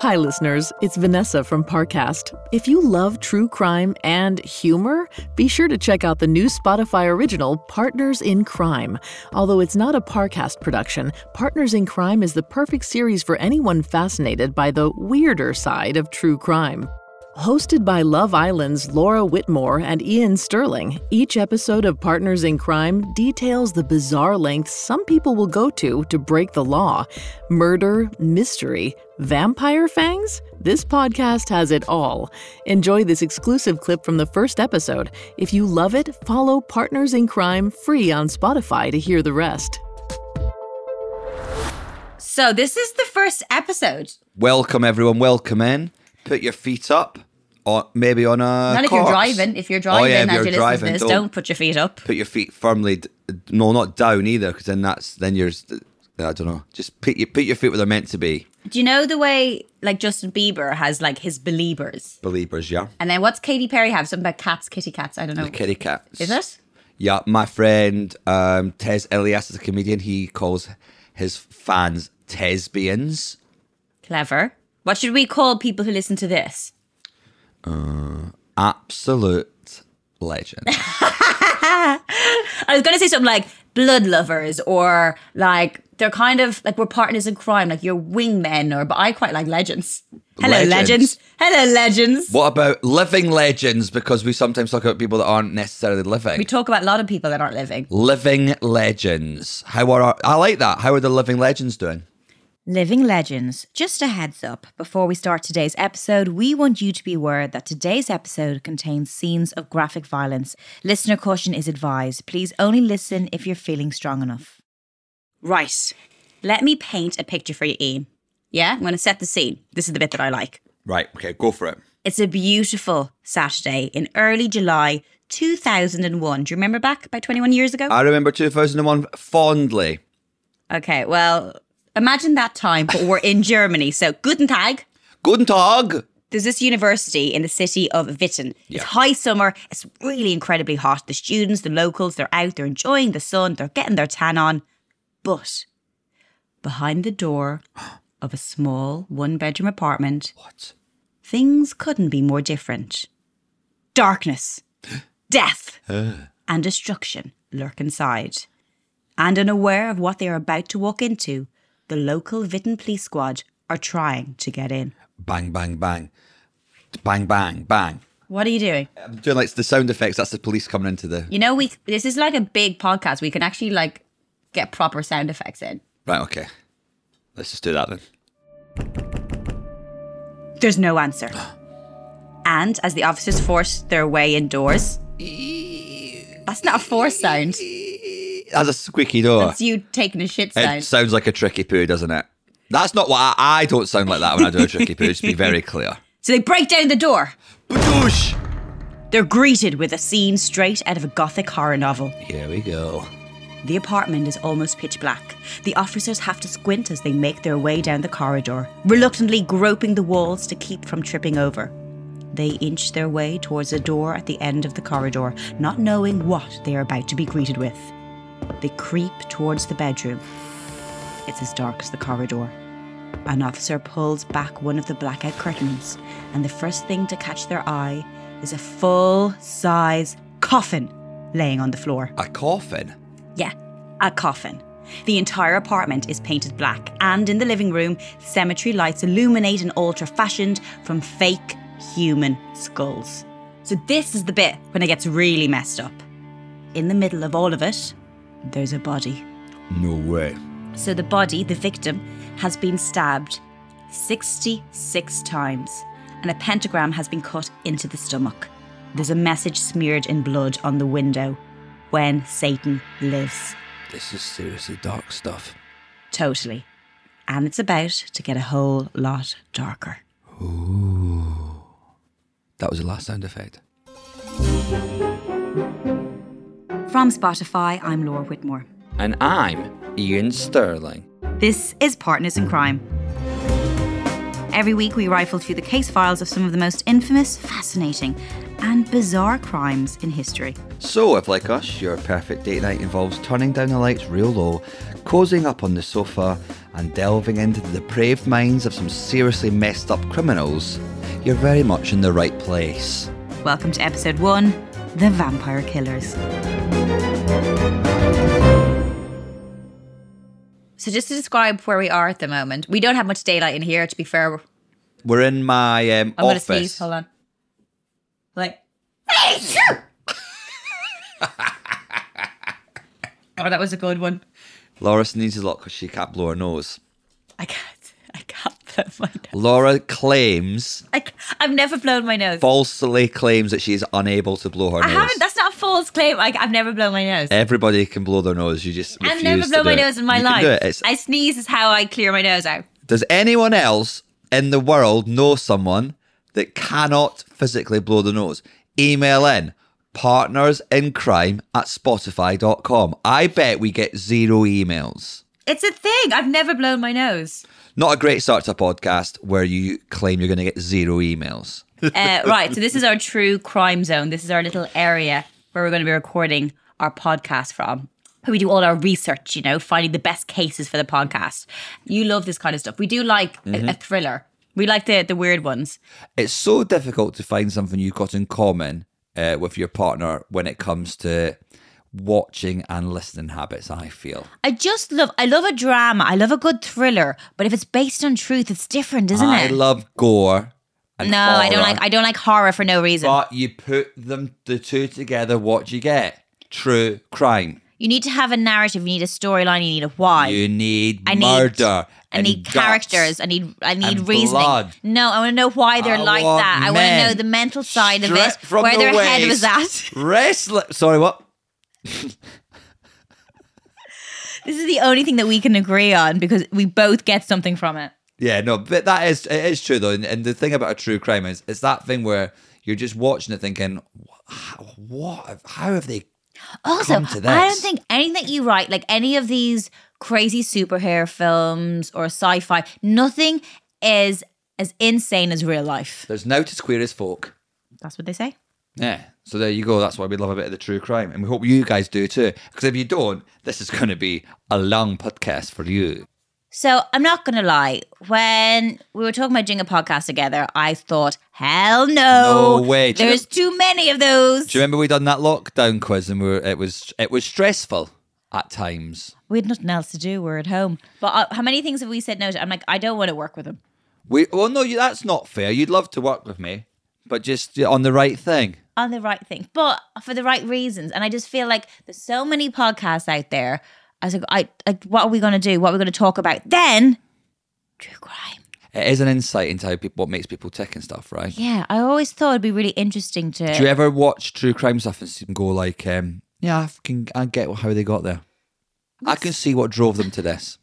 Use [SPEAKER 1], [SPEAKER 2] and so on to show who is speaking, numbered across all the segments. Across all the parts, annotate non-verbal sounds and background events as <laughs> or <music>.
[SPEAKER 1] Hi, listeners. It's Vanessa from Parcast. If you love true crime and humor, be sure to check out the new Spotify original, Partners in Crime. Although it's not a Parcast production, Partners in Crime is the perfect series for anyone fascinated by the weirder side of true crime. Hosted by Love Island's Laura Whitmore and Ian Sterling, each episode of Partners in Crime details the bizarre lengths some people will go to to break the law murder, mystery, vampire fangs? This podcast has it all. Enjoy this exclusive clip from the first episode. If you love it, follow Partners in Crime free on Spotify to hear the rest.
[SPEAKER 2] So, this is the first episode.
[SPEAKER 3] Welcome, everyone. Welcome in. Put your feet up, or maybe on a.
[SPEAKER 2] Not if
[SPEAKER 3] corpse.
[SPEAKER 2] you're driving. If you're driving,
[SPEAKER 3] oh, yeah, if
[SPEAKER 2] as
[SPEAKER 3] you're
[SPEAKER 2] you listen
[SPEAKER 3] driving,
[SPEAKER 2] to this, don't, put your feet up.
[SPEAKER 3] put your feet firmly. D- no, not down either, because then that's then you're. I don't know. Just put your put your feet where they're meant to be.
[SPEAKER 2] Do you know the way like Justin Bieber has like his believers?
[SPEAKER 3] Believers, yeah.
[SPEAKER 2] And then what's Katy Perry have? Something about cats, kitty cats. I don't know.
[SPEAKER 3] The kitty cats.
[SPEAKER 2] Is it?
[SPEAKER 3] Yeah, my friend um, Tez Elias is a comedian. He calls his fans Tesbians.
[SPEAKER 2] Clever. What should we call people who listen to this?
[SPEAKER 3] Absolute
[SPEAKER 2] <laughs>
[SPEAKER 3] legend.
[SPEAKER 2] I was going to say something like blood lovers or like they're kind of like we're partners in crime, like you're wingmen or, but I quite like legends. Hello, legends.
[SPEAKER 3] Legends.
[SPEAKER 2] Hello, legends.
[SPEAKER 3] what about living legends? Because we sometimes talk about people that aren't necessarily living.
[SPEAKER 2] We talk about a lot of people that aren't living.
[SPEAKER 3] Living Legends. How are our, I like that? How are the Living Legends doing?
[SPEAKER 2] Living Legends, just a heads up. Before we start today's episode, we want you to be aware that today's episode contains scenes of graphic violence. Listener caution is advised. Please only listen if you're feeling strong enough. Right. Let me paint a picture for you, Ian. Yeah, I'm going to set the scene. This is the bit that I like.
[SPEAKER 3] Right. Okay. Go for it.
[SPEAKER 2] It's a beautiful Saturday in early July 2001. Do you remember back about 21 years ago?
[SPEAKER 3] I remember 2001 fondly.
[SPEAKER 2] okay, well, imagine that time, but we're in Germany. So, Guten Tag.
[SPEAKER 3] Guten Tag.
[SPEAKER 2] there's this university in the city of Witten. It's high summer. It's really incredibly hot. The students, the locals, they're out, they're enjoying the sun, they're getting their tan on. But behind the door of a small one bedroom apartment,
[SPEAKER 3] What?
[SPEAKER 2] things couldn't be more different. Darkness, death, and destruction lurk inside. And unaware of what they are about to walk into, the local Witten police squad are trying to get in.
[SPEAKER 3] Bang, bang, bang. Bang, bang, bang.
[SPEAKER 2] What are you doing?
[SPEAKER 3] I'm doing like the sound effects. That's the police coming into the.
[SPEAKER 2] You know, we this is like a big podcast. We can actually like get proper sound effects in.
[SPEAKER 3] Right. Okay. Let's just do that then.
[SPEAKER 2] There's no <gasps> answer. and as the officers force their way indoors, that's not a force sound.
[SPEAKER 3] That's a squeaky door.
[SPEAKER 2] That's you taking a shit
[SPEAKER 3] It
[SPEAKER 2] sound.
[SPEAKER 3] sounds like a tricky poo, doesn't it? That's not what I, I don't sound like that when I do a tricky poo. Just to be very clear.
[SPEAKER 2] So they break down the door.
[SPEAKER 3] Badoosh!
[SPEAKER 2] They're greeted with a scene straight out of a gothic horror novel.
[SPEAKER 3] Here we go.
[SPEAKER 2] The apartment is almost pitch black. The officers have to squint as they make their way down the corridor, reluctantly groping the walls to keep from tripping over. They inch their way towards a door at the end of the corridor, not knowing what they are about to be greeted with. They creep towards the bedroom. It's as dark as the corridor. An officer pulls back one of the blackout curtains, and the first thing to catch their eye is a full size coffin laying on the floor.
[SPEAKER 3] A coffin.
[SPEAKER 2] Yeah, a coffin. The entire apartment is painted black, and in the living room, cemetery lights illuminate an altar fashioned from fake human skulls. So, this is the bit when it gets really messed up. In the middle of all of it, there's a body.
[SPEAKER 3] No way.
[SPEAKER 2] So, the body, the victim, has been stabbed 66 times, and a pentagram has been cut into the stomach. There's a message smeared in blood on the window when Satan lives.
[SPEAKER 3] This is seriously dark stuff.
[SPEAKER 2] Totally. And it's about to get a whole lot darker.
[SPEAKER 3] That was the last sound effect.
[SPEAKER 2] From Spotify, I'm Laura Whitmore.
[SPEAKER 3] And I'm Ian Sterling.
[SPEAKER 2] This is Partners in Crime. Every week, we rifle through the case files of some of the most infamous, fascinating, and bizarre crimes in history.
[SPEAKER 3] So, if like us, your perfect date night involves turning down the lights real low, cozying up on the sofa, and and delving into the depraved minds of some seriously messed up criminals, you're very much in the right place.
[SPEAKER 2] Welcome to episode one The Vampire Killers. So, just to describe where we are at the moment, we don't have much daylight in here, to be fair.
[SPEAKER 3] We're in my um,
[SPEAKER 2] I'm going to
[SPEAKER 3] office.
[SPEAKER 2] sneeze. Hold on.
[SPEAKER 3] <laughs>
[SPEAKER 2] Like. oh, that was a good one.
[SPEAKER 3] Laura sneezes a lot because she can't blow her nose.
[SPEAKER 2] I can't. I can't blow my nose.
[SPEAKER 3] Laura claims,
[SPEAKER 2] I, c- I've never blown my nose.
[SPEAKER 3] falsely claims that she is unable to blow her
[SPEAKER 2] I
[SPEAKER 3] nose.
[SPEAKER 2] haven't. That's not a false claim. Like I've never blown my nose.
[SPEAKER 3] Everybody can blow their nose. You just
[SPEAKER 2] I've
[SPEAKER 3] refuse
[SPEAKER 2] never
[SPEAKER 3] to
[SPEAKER 2] blown
[SPEAKER 3] do
[SPEAKER 2] my
[SPEAKER 3] it.
[SPEAKER 2] nose in my
[SPEAKER 3] You can
[SPEAKER 2] life.
[SPEAKER 3] do it. It's-
[SPEAKER 2] I sneeze is how I clear my nose out.
[SPEAKER 3] Does anyone else in the world know someone that cannot physically blow the nose? Email in partnersincrime at spotify.com. I bet we get zero emails.
[SPEAKER 2] It's a thing. I've never blown my nose.
[SPEAKER 3] Not a great start to a podcast where you claim you're going to get zero emails.
[SPEAKER 2] Uh, right. So this is our true crime zone. This is our little area where we're going to be recording our podcast from. Where we do all our research, you know, finding the best cases for the podcast. You love this kind of stuff. We do like a-
[SPEAKER 3] Mm-hmm.
[SPEAKER 2] a, thriller. We like the the weird ones.
[SPEAKER 3] It's so difficult to find something you've got in common uh, with your partner when it comes to watching and listening habits, I feel.
[SPEAKER 2] I just love. I love a drama. I love a good thriller. But if it's based on truth, it's different, isn't
[SPEAKER 3] I
[SPEAKER 2] it?
[SPEAKER 3] love gore. and
[SPEAKER 2] no, I don't
[SPEAKER 3] horror.
[SPEAKER 2] like. I don't like horror for no reason.
[SPEAKER 3] But you put them the two together, what do you get? True crime.
[SPEAKER 2] You need to have a narrative. You need a storyline. You need a why.
[SPEAKER 3] You need
[SPEAKER 2] I need-
[SPEAKER 3] murder.
[SPEAKER 2] I need
[SPEAKER 3] guts.
[SPEAKER 2] characters. I need I need
[SPEAKER 3] and
[SPEAKER 2] reasoning.
[SPEAKER 3] blood.
[SPEAKER 2] No, I want to know why they're
[SPEAKER 3] I
[SPEAKER 2] like
[SPEAKER 3] want
[SPEAKER 2] that. I want to
[SPEAKER 3] men
[SPEAKER 2] know the mental side of
[SPEAKER 3] Stripped
[SPEAKER 2] it,
[SPEAKER 3] from
[SPEAKER 2] where
[SPEAKER 3] the
[SPEAKER 2] their head was at. <laughs>
[SPEAKER 3] waist, Wrestler. Sorry, what?
[SPEAKER 2] this is the only thing that we can agree on because we both get something from it.
[SPEAKER 3] Yeah, no, but that is it is true though. And, and the thing about a true crime is it's that thing where you're just watching it thinking, "Wha- how, what? How have they?
[SPEAKER 2] Also,
[SPEAKER 3] Come to
[SPEAKER 2] I don't
[SPEAKER 3] this.
[SPEAKER 2] think anything that you write, like any of these crazy superhero films or sci-fi, nothing is as insane as real life.
[SPEAKER 3] There's now to queer as folk.
[SPEAKER 2] That's what they say.
[SPEAKER 3] Yeah. So there you go. That's why we love a bit of the true crime, and we hope you guys do too. Because if you don't, this is going to be a long podcast for you.
[SPEAKER 2] So I'm not gonna lie. When we were talking about doing a podcast together, I thought, hell no,
[SPEAKER 3] No way. Do you
[SPEAKER 2] there's too many of those.
[SPEAKER 3] Do you remember we done that lockdown quiz and we were, it was it was stressful at times.
[SPEAKER 2] we had nothing else to do. We're at home. But uh, how many things have we said no to? I'm like, I don't want to work with them.
[SPEAKER 3] We well no you, that's not fair. You'd love to work with me, but just yeah, on the right thing.
[SPEAKER 2] on the right thing, but for the right reasons. And I just feel like there's so many podcasts out there. I was like, I, I what are we going to do? What are we going to talk about? Then true crime.
[SPEAKER 3] It is an insight into how people what makes people tick and stuff, right?
[SPEAKER 2] Yeah, I always thought it'd be really interesting to.
[SPEAKER 3] Do you ever watch true crime stuff and see them go like, um, yeah, I can I get how they got there. I can see what drove them to this.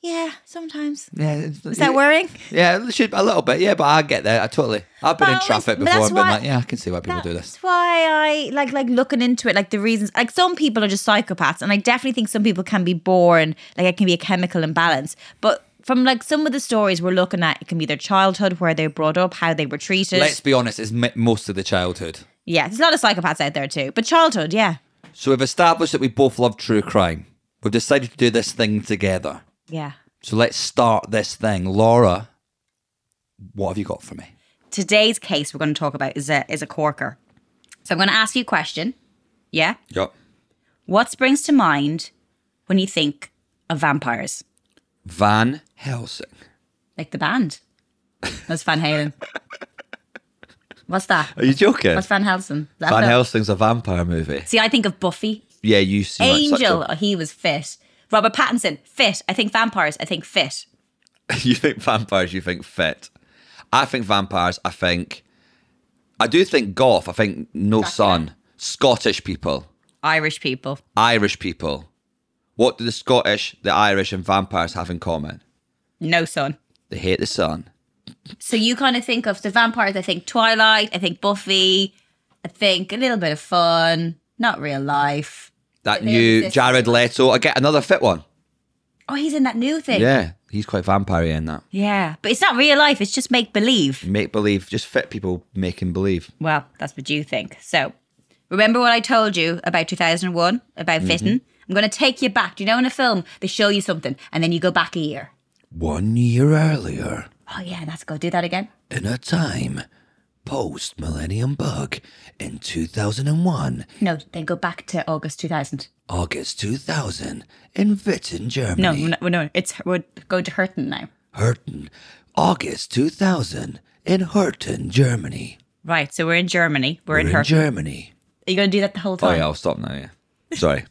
[SPEAKER 2] yeah, sometimes.
[SPEAKER 3] Yeah, it's-
[SPEAKER 2] Is that worrying?
[SPEAKER 3] Yeah, it should a little bit. Yeah, but I get there. I totally. I've been
[SPEAKER 2] But I
[SPEAKER 3] in
[SPEAKER 2] always-
[SPEAKER 3] traffic
[SPEAKER 2] but
[SPEAKER 3] before.
[SPEAKER 2] that's
[SPEAKER 3] I've been
[SPEAKER 2] why-
[SPEAKER 3] like, yeah, I can see why people do this.
[SPEAKER 2] That's why I like like looking into it, like the reasons. Like some people are just psychopaths, and I definitely think some people can be born like it can be a chemical imbalance. But from like some of the stories we're looking at, it can be their childhood, where they were brought up, how they were treated.
[SPEAKER 3] Let's be honest. It's m- most of the childhood.
[SPEAKER 2] yeah, there's a lot of psychopaths out there too, but childhood, yeah,
[SPEAKER 3] So we've established that we both love true crime. We've decided to do this thing together.
[SPEAKER 2] yeah.
[SPEAKER 3] So let's start this thing. Laura, what have you got for me?
[SPEAKER 2] Today's case we're going to talk about is a is a corker. So I'm going to ask you a question. Yeah,
[SPEAKER 3] Yep.
[SPEAKER 2] what springs to mind when you think of vampires,
[SPEAKER 3] Van Helsing.
[SPEAKER 2] like the band? That's Van Halen. What's that?
[SPEAKER 3] Are you joking?
[SPEAKER 2] What's Van Helsing? Is that
[SPEAKER 3] Van
[SPEAKER 2] the-
[SPEAKER 3] Helsing's a vampire movie.
[SPEAKER 2] See, I think of Buffy.
[SPEAKER 3] Yeah, you see.
[SPEAKER 2] Angel, oh, he was fit. Robert Pattinson, fit. I think vampires, I think fit.
[SPEAKER 3] <laughs> you think vampires, you think fit. I think vampires, I think. I do think golf. I think no sun. Scottish people.
[SPEAKER 2] Irish people.
[SPEAKER 3] Irish people. What do the Scottish, the Irish, and vampires have in common?
[SPEAKER 2] No son.
[SPEAKER 3] They hate the sun.
[SPEAKER 2] So you kind of think of the vampires. I think Twilight. I think Buffy. I think a little bit of fun, not real life.
[SPEAKER 3] That
[SPEAKER 2] They
[SPEAKER 3] new
[SPEAKER 2] exist.
[SPEAKER 3] Jared Leto. I get another fit one.
[SPEAKER 2] Oh, he's in that new thing.
[SPEAKER 3] Yeah, he's quite vampire in that.
[SPEAKER 2] Yeah, but it's not real life. It's just make believe.
[SPEAKER 3] Make believe, just fit people making believe.
[SPEAKER 2] Well, that's what you think. So remember what I told you about 2001 about fitting. I'm going to take you back. Do you know in a film, they show you something and then you go back a year?
[SPEAKER 3] One year earlier,
[SPEAKER 2] Oh, yeah, let's go do that again.
[SPEAKER 3] in a time post Millennium Bug in 2001,
[SPEAKER 2] No, then go back to August 2000.
[SPEAKER 3] August 2000, in Witten, Germany.
[SPEAKER 2] No, no, no, it's we're going to Hurton now.
[SPEAKER 3] Hurton, August 2000 in Hurton, Germany.
[SPEAKER 2] Right, so we're in Germany. We're, in
[SPEAKER 3] We're
[SPEAKER 2] Hurton.
[SPEAKER 3] Germany.
[SPEAKER 2] Are you going to do that the whole
[SPEAKER 3] Oh,
[SPEAKER 2] time?
[SPEAKER 3] yeah, I'll stop now, yeah.
[SPEAKER 2] <laughs>
[SPEAKER 3] Sorry.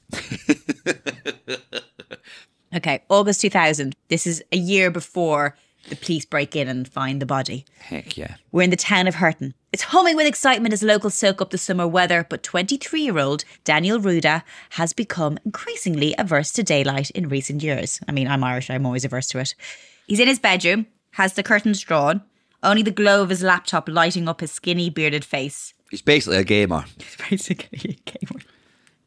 [SPEAKER 2] Okay, August 2000. This is a year before the police break in and find the body.
[SPEAKER 3] Heck yeah.
[SPEAKER 2] We're in the town of Hurton. It's humming with excitement as locals soak up the summer weather, but 23 year old Daniel Ruda has become increasingly averse to daylight in recent years. I mean, I'm Irish, I'm always averse to it. He's in his bedroom, has the curtains drawn, only the glow of his laptop lighting up his skinny, bearded face.
[SPEAKER 3] He's basically a gamer. <laughs>
[SPEAKER 2] It's basically a gamer.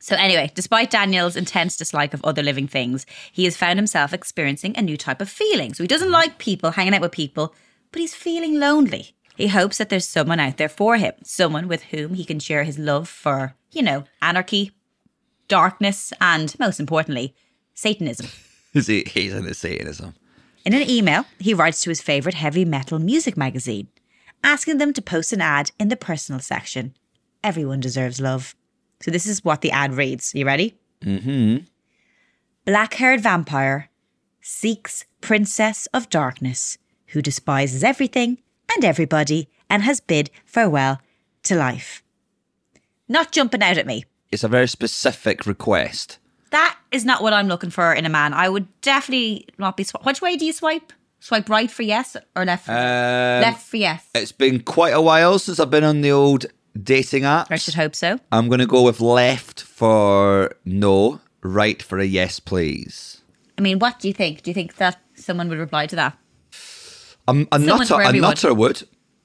[SPEAKER 2] So, anyway, despite Daniel's intense dislike of other living things, he has found himself experiencing a new type of feeling. So, he doesn't like people, hanging out with people, but he's feeling lonely. He hopes that there's someone out there for him, someone with whom he can share his love for, you know, anarchy, darkness, and most importantly, Satanism.
[SPEAKER 3] Is he, he's into Satanism.
[SPEAKER 2] In an email, he writes to his favourite heavy metal music magazine, asking them to post an ad in the personal section. Everyone deserves love. So this is what the ad reads. You ready? Mm-hmm. Black haired vampire seeks princess of darkness who despises everything and everybody and has bid farewell to life. Not jumping out at me.
[SPEAKER 3] It's a very specific request.
[SPEAKER 2] That is not what I'm looking for in a man. I would definitely not be. Sw- Which way do you swipe? Swipe right for yes or left? For left for yes.
[SPEAKER 3] It's been quite a while since I've been on the old dating
[SPEAKER 2] I
[SPEAKER 3] apps.
[SPEAKER 2] should hope so.
[SPEAKER 3] I'm going to go with left for no, right for a yes, please.
[SPEAKER 2] I mean, what do you think? Do you think that someone would reply to that?
[SPEAKER 3] Um, a,
[SPEAKER 2] Someone
[SPEAKER 3] nutter,
[SPEAKER 2] for
[SPEAKER 3] a
[SPEAKER 2] everyone.
[SPEAKER 3] nutter would.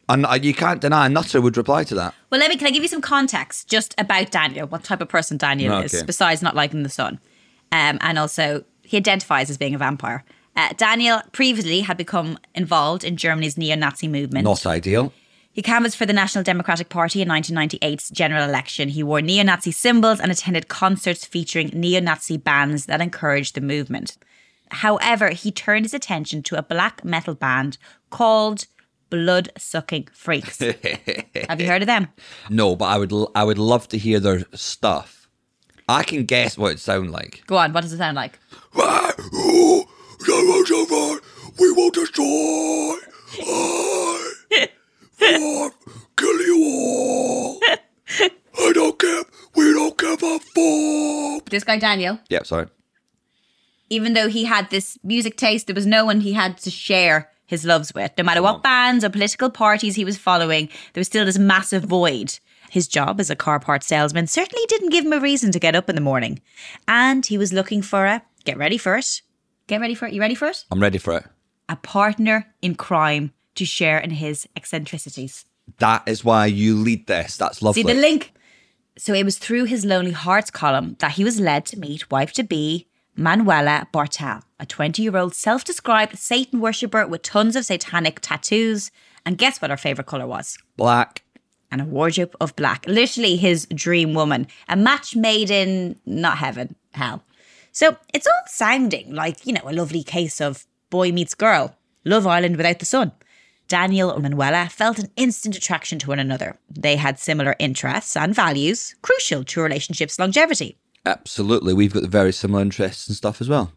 [SPEAKER 3] And uh, you can't deny a nutter would reply to that.
[SPEAKER 2] Well, let me. Can I give you some context just about Daniel? What type of person Daniel is,
[SPEAKER 3] Okay.
[SPEAKER 2] besides not liking the sun, um, and also he identifies as being a vampire. Uh, Daniel previously had become involved in Germany's neo-Nazi movement.
[SPEAKER 3] Not ideal.
[SPEAKER 2] He canvassed for the National Democratic Party in 1998's general election. He wore neo Nazi symbols and attended concerts featuring neo Nazi bands that encouraged the movement. However, he turned his attention to a black metal band called Blood Sucking Freaks. Have you heard of them?
[SPEAKER 3] No, but I would l- I would love to hear their stuff. I can guess what it sound like.
[SPEAKER 2] Go on, what does it sound like?
[SPEAKER 3] We will destroy. Kill you
[SPEAKER 2] <laughs>
[SPEAKER 3] all. I don't give. We don't give a fuck.
[SPEAKER 2] This guy, Daniel,
[SPEAKER 3] Yeah, sorry.
[SPEAKER 2] even though he had this music taste, there was no one he had to share his loves with. No matter what bands or political parties he was following, there was still this massive void. His job as a car part salesman certainly didn't give him a reason to get up in the morning. And he was looking for a get ready for it. Get ready for it. You ready for it?
[SPEAKER 3] I'm ready for it.
[SPEAKER 2] A partner in crime to share in his eccentricities.
[SPEAKER 3] That is why you lead this. That's lovely.
[SPEAKER 2] See the link. So it was through his Lonely Hearts column that he was led to meet wife to be Manuela Bartel, a 20 year old self described Satan worshipper with tons of satanic tattoos. And guess what her favourite colour was?
[SPEAKER 3] Black.
[SPEAKER 2] And a wardrobe of black. Literally his dream woman. A match made in not heaven, hell. So it's all sounding like, you know, a lovely case of boy meets girl, Love Island without the sun. Daniel and Manuela felt an instant attraction to one another. They had similar interests and values, crucial to a relationship's longevity.
[SPEAKER 3] Absolutely. We've got very similar interests and stuff as well.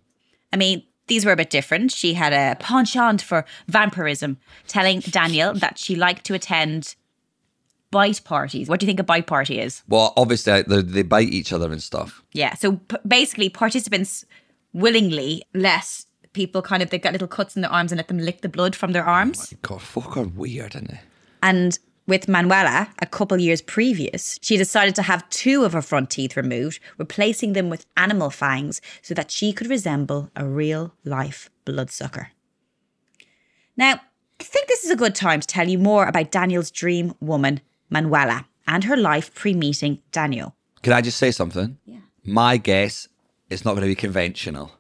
[SPEAKER 2] I mean, these were a bit different. She had a penchant for vampirism, telling Daniel that she liked to attend bite parties. What do you think a bite party is?
[SPEAKER 3] Well, obviously like, they they bite each other and stuff.
[SPEAKER 2] Yeah. So p- basically, participants willingly let people kind of they got little cuts in their arms and let them lick the blood from their arms.
[SPEAKER 3] God, folk are weird, aren't they?
[SPEAKER 2] And with Manuela, a couple years previous, she decided to have two of her front teeth removed, replacing them with animal fangs so that she could resemble a real life bloodsucker. Now, I think this is a good time to tell you more about Daniel's dream woman, Manuela, and her life pre meeting Daniel.
[SPEAKER 3] Can I just say something? Yeah. My guess, it's not going to be conventional.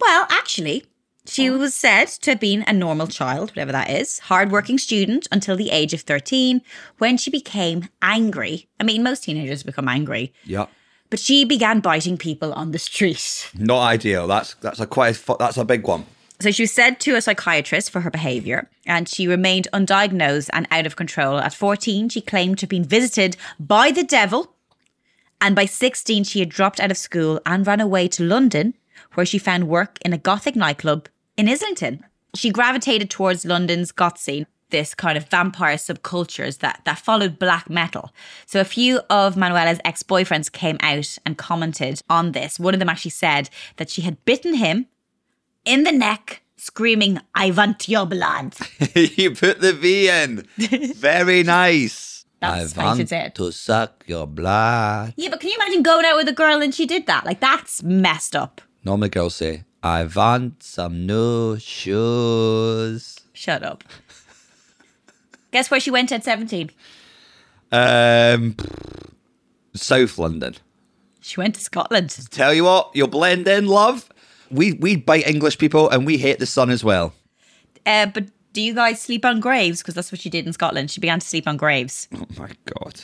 [SPEAKER 2] Well, actually, she was said to have been a normal child, whatever that is, hardworking student until the age of 13, when she became angry. I mean, most teenagers become angry,
[SPEAKER 3] Yep.
[SPEAKER 2] But she began biting people on the street.
[SPEAKER 3] Not ideal. That's that's a quite a fu- that's a big one. <laughs>
[SPEAKER 2] So she was sent to a psychiatrist for her behavior, and she remained undiagnosed and out of control. At 14, she claimed to have been visited by the devil. And by 16, she had dropped out of school and ran away to London, where she found work in a Gothic nightclub in Islington. She gravitated towards London's goth scene, this kind of vampire subcultures that, that followed black metal. So a few of Manuela's ex boyfriends came out and commented on this. One of them actually said that she had bitten him in the neck, screaming, I want your blood.
[SPEAKER 3] you put the
[SPEAKER 2] <laughs>
[SPEAKER 3] V in. Very nice.
[SPEAKER 2] That's
[SPEAKER 3] I
[SPEAKER 2] how she
[SPEAKER 3] want
[SPEAKER 2] said.
[SPEAKER 3] to suck your blood.
[SPEAKER 2] Yeah, but can you imagine going out with a girl and she did that? Like, that's messed up.
[SPEAKER 3] Normally girls say, I want some new shoes.
[SPEAKER 2] Shut up. Guess where she went at 17?
[SPEAKER 3] Um South London.
[SPEAKER 2] She went to Scotland.
[SPEAKER 3] Tell you what, you'll blend in, love. We we bite English people and we hate the sun as well.
[SPEAKER 2] Uh, but do you guys sleep on graves? Because that's what she did in Scotland. She began to sleep on graves.
[SPEAKER 3] Oh my god.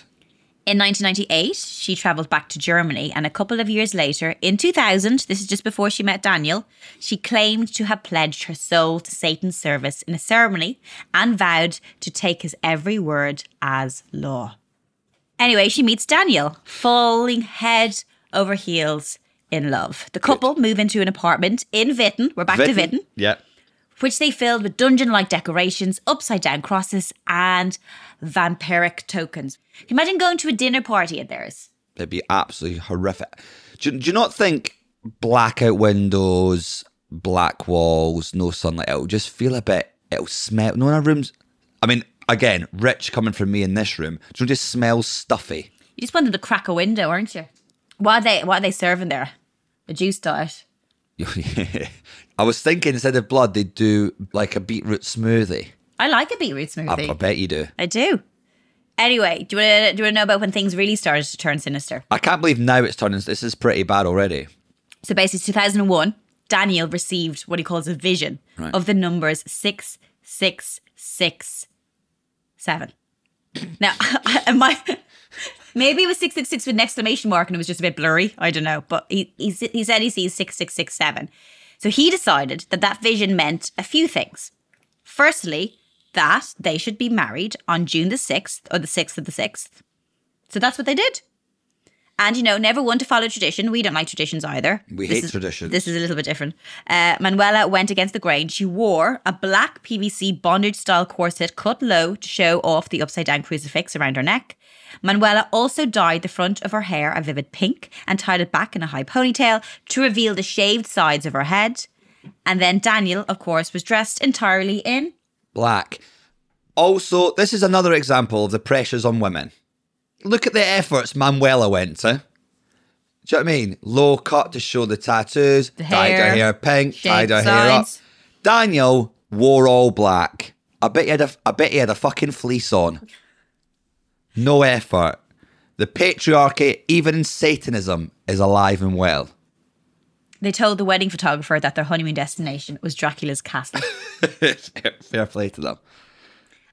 [SPEAKER 2] In 1998, she travelled back to Germany, and a couple of years later, in 2000, this is just before she met Daniel, she claimed to have pledged her soul to Satan's service in a ceremony and vowed to take his every word as law. Anyway, she meets Daniel, falling head over heels in love. The couple move into an apartment in Witten. We're back to Witten
[SPEAKER 3] Yeah.
[SPEAKER 2] which they filled with dungeon like decorations, upside down crosses, and vampiric tokens. Can you Imagine going to a dinner party at theirs.
[SPEAKER 3] They'd be absolutely horrific. Do, do you not think blackout windows, black walls, no sunlight, it'll just feel a bit, it'll smell. No, in our rooms, I mean, again, rich coming from me in this room, do you know, it just smells stuffy? <laughs>
[SPEAKER 2] You just want them to crack a window, aren't you? What are they what are they serving there? A juice diet.
[SPEAKER 3] I was thinking instead of blood, they'd do like a beetroot smoothie.
[SPEAKER 2] I like a beetroot
[SPEAKER 3] I,
[SPEAKER 2] smoothie.
[SPEAKER 3] I bet you do.
[SPEAKER 2] I do. Anyway, do you wanna do you wanna know about when things really started to turn sinister?
[SPEAKER 3] I can't believe now it's turning, this is pretty bad already.
[SPEAKER 2] So basically, 2001, Daniel received what he calls a vision
[SPEAKER 3] Right.
[SPEAKER 2] of the numbers 6667. Now, <laughs> my, maybe it was 666 with an exclamation mark and it was just a bit blurry. I don't know. But he, he, s- he said he sees 6667. So he decided that that vision meant a few things. Firstly, that they should be married on June the 6th or the 6th of the 6th. So that's what they did. And you know, never one to follow tradition. We don't like traditions either.
[SPEAKER 3] We hate
[SPEAKER 2] is,
[SPEAKER 3] traditions.
[SPEAKER 2] This is a little bit different. Uh, Manuela went against the grain. She wore a black PVC bondage style corset cut low to show off the upside down crucifix around her neck. Manuela also dyed the front of her hair a vivid pink and tied it back in a high ponytail to reveal the shaved sides of her head. And then Daniel, of course, was dressed entirely in
[SPEAKER 3] black. Also, this is another example of the pressures on women. Look at the efforts Manuela went to. Do you know what I mean? Low cut to show the tattoos,
[SPEAKER 2] The
[SPEAKER 3] dyed her
[SPEAKER 2] hair,
[SPEAKER 3] hair pink, dyed
[SPEAKER 2] shaved
[SPEAKER 3] her hair up.
[SPEAKER 2] sides.
[SPEAKER 3] Daniel wore all black. I bet he had a, I bet he had a fucking fleece on. No effort. The patriarchy, even in Satanism, is alive and well. <laughs>
[SPEAKER 2] They told the wedding photographer that their honeymoon destination was Dracula's castle.
[SPEAKER 3] Fair play to them.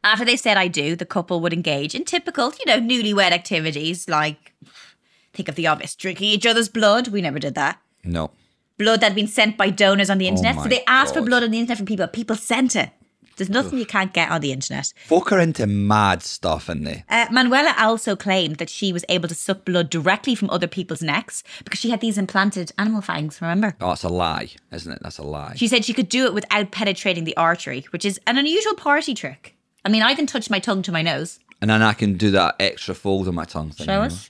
[SPEAKER 2] After they said I do, the couple would engage in typical, you know, newlywed activities like think of the obvious, drinking each other's blood. We never did that.
[SPEAKER 3] No.
[SPEAKER 2] Blood that had been sent by donors on the internet.
[SPEAKER 3] Oh my
[SPEAKER 2] so they asked
[SPEAKER 3] God.
[SPEAKER 2] for blood on the internet from people. People sent it. There's nothing you can't get on the internet.
[SPEAKER 3] Folk are into mad stuff, aren't they?
[SPEAKER 2] Uh, Manuela also claimed that she was able to suck blood directly from other people's necks because she had these implanted animal fangs, remember?
[SPEAKER 3] Oh, that's a lie, isn't it? That's a lie.
[SPEAKER 2] She said she could do it without penetrating the artery, which is an unusual party trick. I mean, I can touch my tongue to my nose.
[SPEAKER 3] And then I can do that extra fold on my tongue thing. you
[SPEAKER 2] Show
[SPEAKER 3] know?
[SPEAKER 2] us.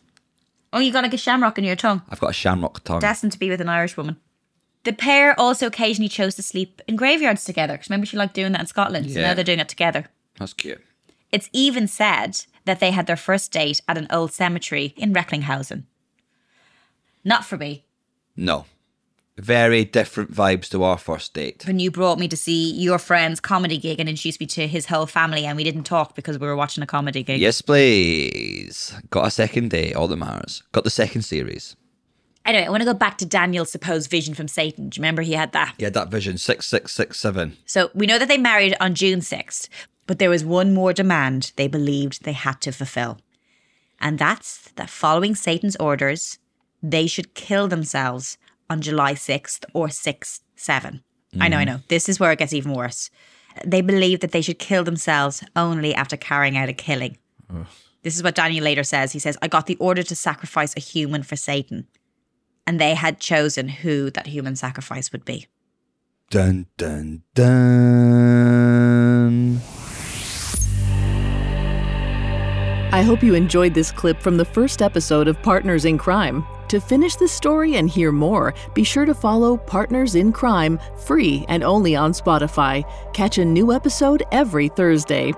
[SPEAKER 2] Oh, you got like a shamrock in your tongue.
[SPEAKER 3] I've got a shamrock tongue.
[SPEAKER 2] Destined to be with an Irish woman. The pair also occasionally chose to sleep in graveyards together. 'cause remember, she liked doing that in Scotland. So
[SPEAKER 3] Yeah.
[SPEAKER 2] now they're doing it together.
[SPEAKER 3] That's cute.
[SPEAKER 2] It's even said that they had their first date at an old cemetery in Recklinghausen. Not for me.
[SPEAKER 3] No. Very different vibes to our first date.
[SPEAKER 2] When you brought me to see your friend's comedy gig and introduced me to his whole family, and we didn't talk because we were watching a comedy gig.
[SPEAKER 3] Yes, please. Got a second date, all that matters. Got the second series.
[SPEAKER 2] Anyway, I want to go back to Daniel's supposed vision from Satan. Do you remember he had that?
[SPEAKER 3] Yeah, that vision, 6667.
[SPEAKER 2] So we know that they married on June 6th, but there was one more demand they believed they had to fulfill. And that's that following Satan's orders, they should kill themselves on July 6th or 6 7. I know, I know. This is where it gets even worse. They believe that they should kill themselves only after carrying out a killing. This is what Daniel later says. He says, I got the order to sacrifice a human for Satan. And they had chosen who that human sacrifice would be.
[SPEAKER 3] Dun dun dun.
[SPEAKER 1] I hope you enjoyed this clip from the first episode of Partners in Crime. To finish this story and hear more, be sure to follow Partners in Crime free and only on Spotify. Catch a new episode every Thursday.